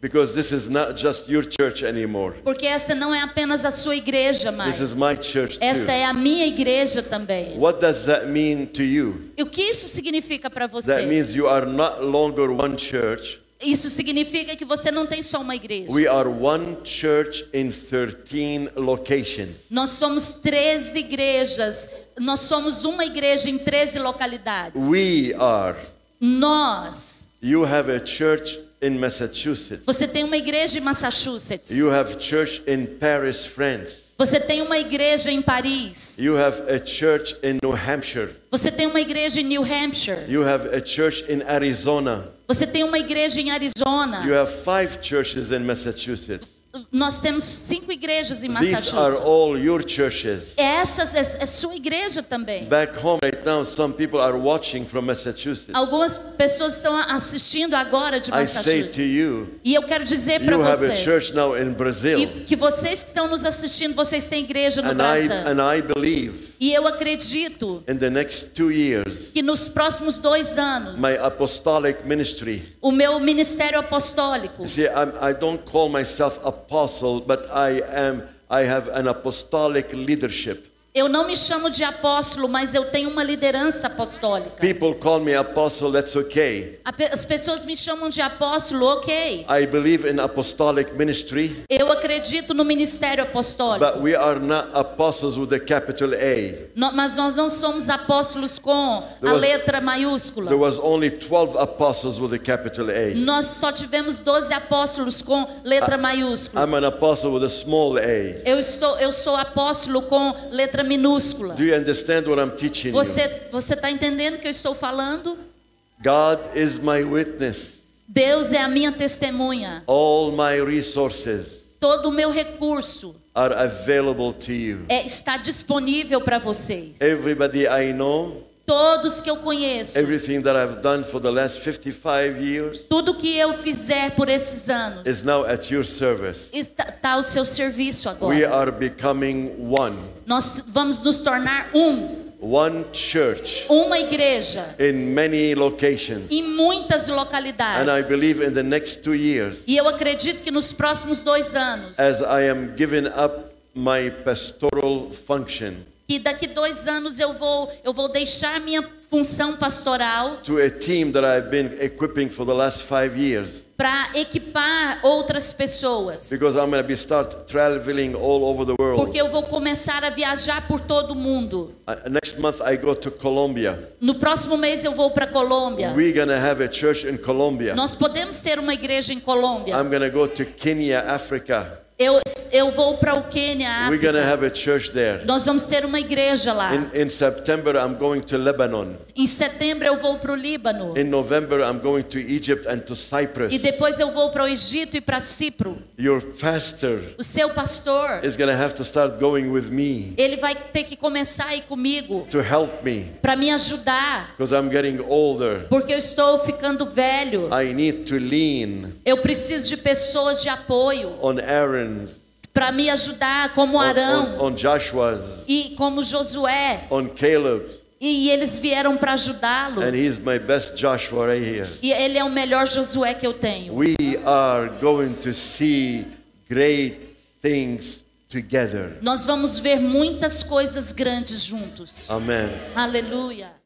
A: Because this is not just your church anymore.
B: porque essa não é apenas a sua igreja mais.
A: This is my church
B: Esta
A: too.
B: é a minha igreja também.
A: What does that mean to you?
B: E o que isso significa para
A: That
B: você?
A: means you are not longer one church.
B: Isso significa que você não tem só uma igreja.
A: We are one church in 13 locations.
B: Nós somos 13 igrejas. Nós somos uma igreja em 13 localidades.
A: We are.
B: Nós.
A: You have a church in Massachusetts.
B: Você tem uma igreja em Massachusetts.
A: You have church in Paris, France.
B: Você tem uma igreja em Paris.
A: You have a church in New Hampshire.
B: Você tem uma igreja em New Hampshire.
A: You have a church in Arizona.
B: Você tem uma igreja em
A: You
B: Arizona.
A: have five churches in Massachusetts.
B: Nós temos cinco igrejas em
A: These are
B: Massachusetts.
A: all your churches.
B: Essa é, é sua igreja também.
A: Back home right now, some people are watching from Massachusetts.
B: Algumas pessoas estão a- assistindo agora de
A: I say
B: Massachusetts.
A: to you,
B: E eu quero dizer para
A: you have a
B: vocês
A: church now in Brazil.
B: e que vocês que estão nos assistindo, vocês têm igreja no
A: And I,
B: Brasil.
A: and I believe
B: E eu acredito
A: In the next two years,
B: que nos próximos dois anos,
A: my apostolic ministry.
B: o meu ministério apostólico,
A: You see, I'm, I don't call myself apostle, but I am. I have an apostolic leadership.
B: eu não me chamo de apóstolo, mas eu tenho uma liderança apostólica.
A: People call me apostle. That's okay.
B: A pe- As pessoas me chamam de apóstolo, ok.
A: I believe in apostolic ministry,
B: Eu acredito no ministério apostólico,
A: but we are not apostles with a capital A.
B: No- mas nós não somos apóstolos com a
A: There was-
B: letra
A: There
B: maiúscula.
A: was only 12 apostles with a capital A.
B: Nós só tivemos 12 apóstolos com
A: ah.
B: letra maiúscula.
A: I'm an apostle with a small a.
B: Eu, estou, eu sou apóstolo com letra letra minúscula.
A: Do you understand what I'm teaching you?
B: Você você está entendendo o que eu estou falando?
A: God is my witness.
B: Deus é a minha testemunha.
A: All my resources
B: Todo o meu recurso
A: are available to you.
B: é, está disponível para vocês.
A: Everybody I know,
B: Todos que eu conheço,
A: everything that I've done for the last 55 years
B: tudo que eu fizer por esses anos
A: is now at your service.
B: está, tá ao seu serviço
A: We
B: agora.
A: are becoming one,
B: Nós vamos nos tornar um,
A: one church
B: uma igreja
A: in many locations.
B: em muitas
A: And I
B: localidades.
A: believe in the next two years,
B: E eu acredito que nos próximos dois anos,
A: as I am giving up my pastoral function
B: que daqui dois anos eu vou eu vou deixar minha função pastoral
A: to a team that I've been equipping for the last five years,
B: para equipar outras pessoas,
A: because I'm going to be start traveling all over the world.
B: porque eu vou começar a viajar por todo o mundo.
A: Uh, Next month, I go to Colombia.
B: No próximo mês eu vou para Colômbia.
A: We're going to have a church in Colombia.
B: Nós podemos ter uma igreja em Colômbia.
A: I'm going to go to Kenya, Africa.
B: Eu eu vou para o Quênia,
A: We're going to
B: África.
A: have a church there.
B: Nós vamos ter uma igreja lá.
A: In, in September, I'm going to Lebanon.
B: Em setembro eu vou para o Líbano
A: In November, I'm going to Egypt and to
B: e
A: Cyprus.
B: depois eu vou para o Egito e para Cipro.
A: Your pastor
B: O seu pastor,
A: is going to have to start going with me
B: ele vai ter que começar a ir comigo
A: to help me
B: para me ajudar,
A: because I'm getting older.
B: porque eu estou ficando velho.
A: I need to lean
B: Eu preciso de pessoas de apoio
A: on Aaron's,
B: para me ajudar, como
A: on, on,
B: Arão
A: on Joshua's,
B: e como Josué.
A: on Caleb's.
B: E eles vieram para ajudá-lo.
A: And he's my best Joshua right here.
B: E ele é o melhor Josué que eu tenho.
A: We are going to see great things together.
B: Nós vamos ver muitas coisas grandes juntos.
A: Amen.
B: Aleluia.